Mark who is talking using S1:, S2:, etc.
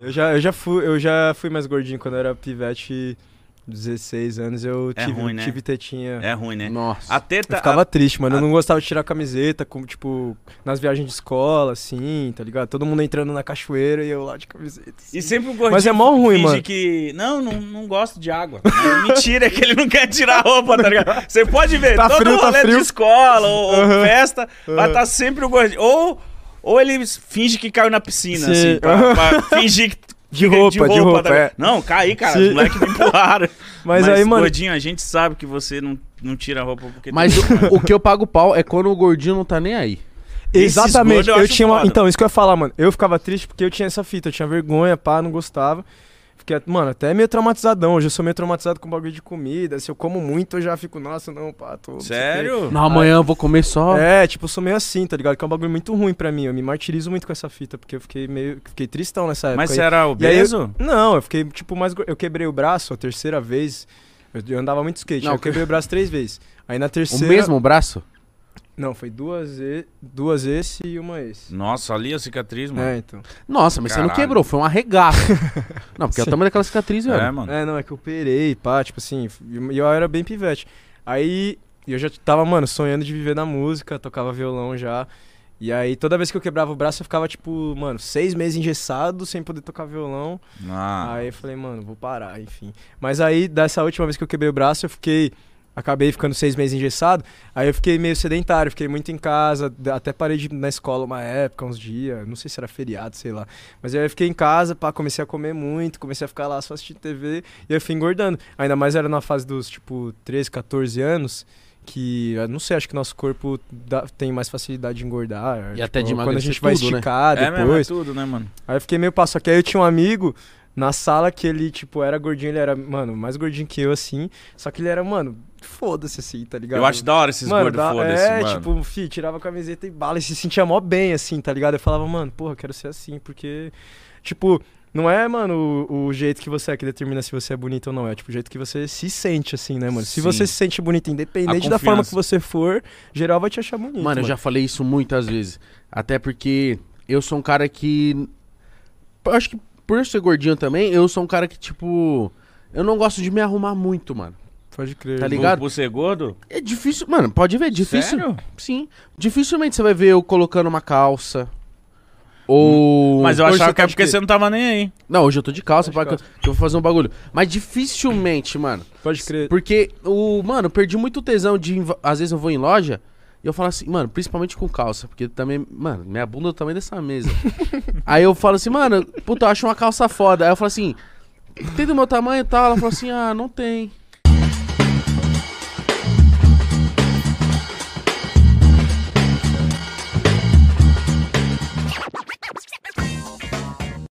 S1: Eu já, eu já fui, eu já fui mais gordinho quando eu era pivete, 16 anos, eu
S2: É
S1: tive,
S2: ruim, né?
S1: tive tetinha.
S2: É Ah. ruim, né?
S3: Nossa.
S2: A teta.
S1: Eu ficava
S2: a-
S1: triste, mano. Eu não gostava de tirar a camiseta, como, tipo, nas viagens de escola, assim, tá ligado? Todo mundo entrando na cachoeira e eu lá de camiseta. assim.
S2: E sempre o gordinho
S1: Mas é mó ruim,
S2: finge
S1: mano.
S2: que. Não, não, não gosto de água. É mentira, é que ele não quer tirar a roupa, tá ligado? Você pode ver,
S1: Tá
S2: todo
S1: frio, tá
S2: rolê
S1: frio.
S2: de escola ou, ou
S1: Aham.
S2: festa, vai
S1: Aham.
S2: estar sempre o gordinho. Ou, ou ele finge que caiu na piscina,
S1: Sim.
S2: assim, pra, pra fingir que.
S1: De roupa, de roupa,
S2: tá ligado?
S1: é.
S2: Não, caí, cara. Os
S1: Sim.
S2: moleques me empurraram.
S1: Mas, aí, mano,
S2: gordinho, a gente sabe que você não, não tira a roupa porque.
S3: Mas
S2: tem-
S3: o, o que eu pago pau é quando o gordinho não tá nem aí.
S2: Esses gordos
S1: Exatamente.
S2: eu
S1: Eu,
S2: acho
S1: tinha uma...
S2: foda.
S1: Então, isso que eu ia falar, mano. Eu ficava triste porque eu tinha essa fita. Eu tinha vergonha, pá, não gostava. Fiquei, mano, até meio traumatizadão. Hoje eu sou meio traumatizado com bagulho de comida. Se eu como muito, eu já fico, nossa, não, pá, tô. não sei o quê.
S2: Sério?
S3: Não, amanhã eu vou comer só.
S1: É, tipo, eu sou meio assim, tá ligado? Que é um bagulho muito ruim pra mim. Eu me martirizo muito com essa fita, porque eu fiquei meio. Fiquei tristão nessa época.
S2: Mas
S1: aí.
S2: você era
S1: E aí eu-
S2: obeso?
S1: Não, eu fiquei, tipo, mais. gor- Eu quebrei o braço a terceira vez. Eu- Eu andava muito de skate.
S3: Não,
S1: aí eu quebrei o braço três vezes. Aí na
S3: o
S1: terceira.
S3: mesmo braço?
S1: Não, foi duas vezes. Duas esse e uma esse.
S2: Nossa, ali a cicatriz, mano.
S1: É, então.
S3: Nossa, mas você não
S2: Caralho.
S3: quebrou, foi um arregaço. não, porque é o tamanho daquela cicatriz, velho.
S2: É, mano.
S1: É, não, é que eu operei, pá, tipo assim, e eu- e eu era bem pivete. Aí eu já tava, mano, sonhando de viver na música, tocava violão já. E aí toda vez que eu quebrava o braço, eu ficava, tipo, mano, seis meses engessado, sem poder tocar violão.
S2: Ah.
S1: Aí eu falei, mano, vou parar, enfim. Mas aí, dessa última vez que eu quebrei o braço, eu fiquei. Acabei ficando seis meses engessado, aí eu fiquei meio sedentário, fiquei muito em casa, d- até parei de ir na escola uma época, uns dias, não sei se era feriado, sei lá. Mas aí eu fiquei em casa, pá, comecei a comer muito, comecei a ficar lá só assistindo TV, e eu fui engordando. Ainda mais era na fase dos, tipo, 13, 14 anos, que, eu não sei, acho que nosso corpo dá- tem mais facilidade de engordar. tipo,
S3: E até de
S1: Quando a
S3: emagrecer
S1: gente vai
S3: tudo, né?
S1: esticar
S2: É mesmo, é
S1: depois.
S2: tudo, né, mano?
S1: Aí eu fiquei meio passo. Só que aí eu tinha um amigo na sala que ele, tipo, era gordinho, ele era, mano, mais gordinho que eu, assim. Só que ele era, mano, foda-se assim, tá ligado?
S2: Eu acho da hora esses
S1: mano,
S2: gordos
S1: da-
S2: foda-se,
S1: É,
S2: mano.
S1: tipo, fi, tirava a camiseta e bala e se sentia mó bem, assim, tá ligado? Eu falava, mano, porra, eu quero ser assim, porque. Tipo, não é, mano, o, o jeito que você é que determina se você é bonito ou não. É, tipo, o jeito que você se sente, assim, né, mano? Se
S2: Sim.
S1: você se sente bonito, independente da
S2: confiança.
S1: forma que você for, geral vai te achar bonito.
S3: Mano, eu já falei isso muitas vezes. Até porque eu sou um cara que. eu Acho que por eu ser gordinho também, eu sou um cara que, tipo. Eu não gosto de me arrumar muito, mano.
S1: Pode crer.
S3: Tá
S1: irmão.
S3: ligado?
S2: Por, por ser gordo?
S3: É difícil. Mano, pode ver, difícil.
S2: Sério?
S3: Sim. Dificilmente você vai ver eu colocando uma calça. Ou.
S2: Mas eu
S1: Hoje
S2: achava
S1: você
S2: que é
S1: tá de
S2: porque
S1: quê?
S2: você não tava nem aí.
S3: Não, hoje eu tô de calça,
S1: Tá de
S3: pá, que eu- que eu vou fazer um bagulho. Mas dificilmente, mano.
S1: Pode crer.
S3: Porque o, mano, eu perdi muito tesão de. inv- Às vezes eu vou em loja e eu falo assim, mano, principalmente com calça, porque também, mano, minha bunda é o tamanho dessa mesa. aí eu falo assim, mano, puta, eu acho uma calça foda. Aí eu falo assim, tem do meu tamanho e tal? Ela falou assim, ah, não tem.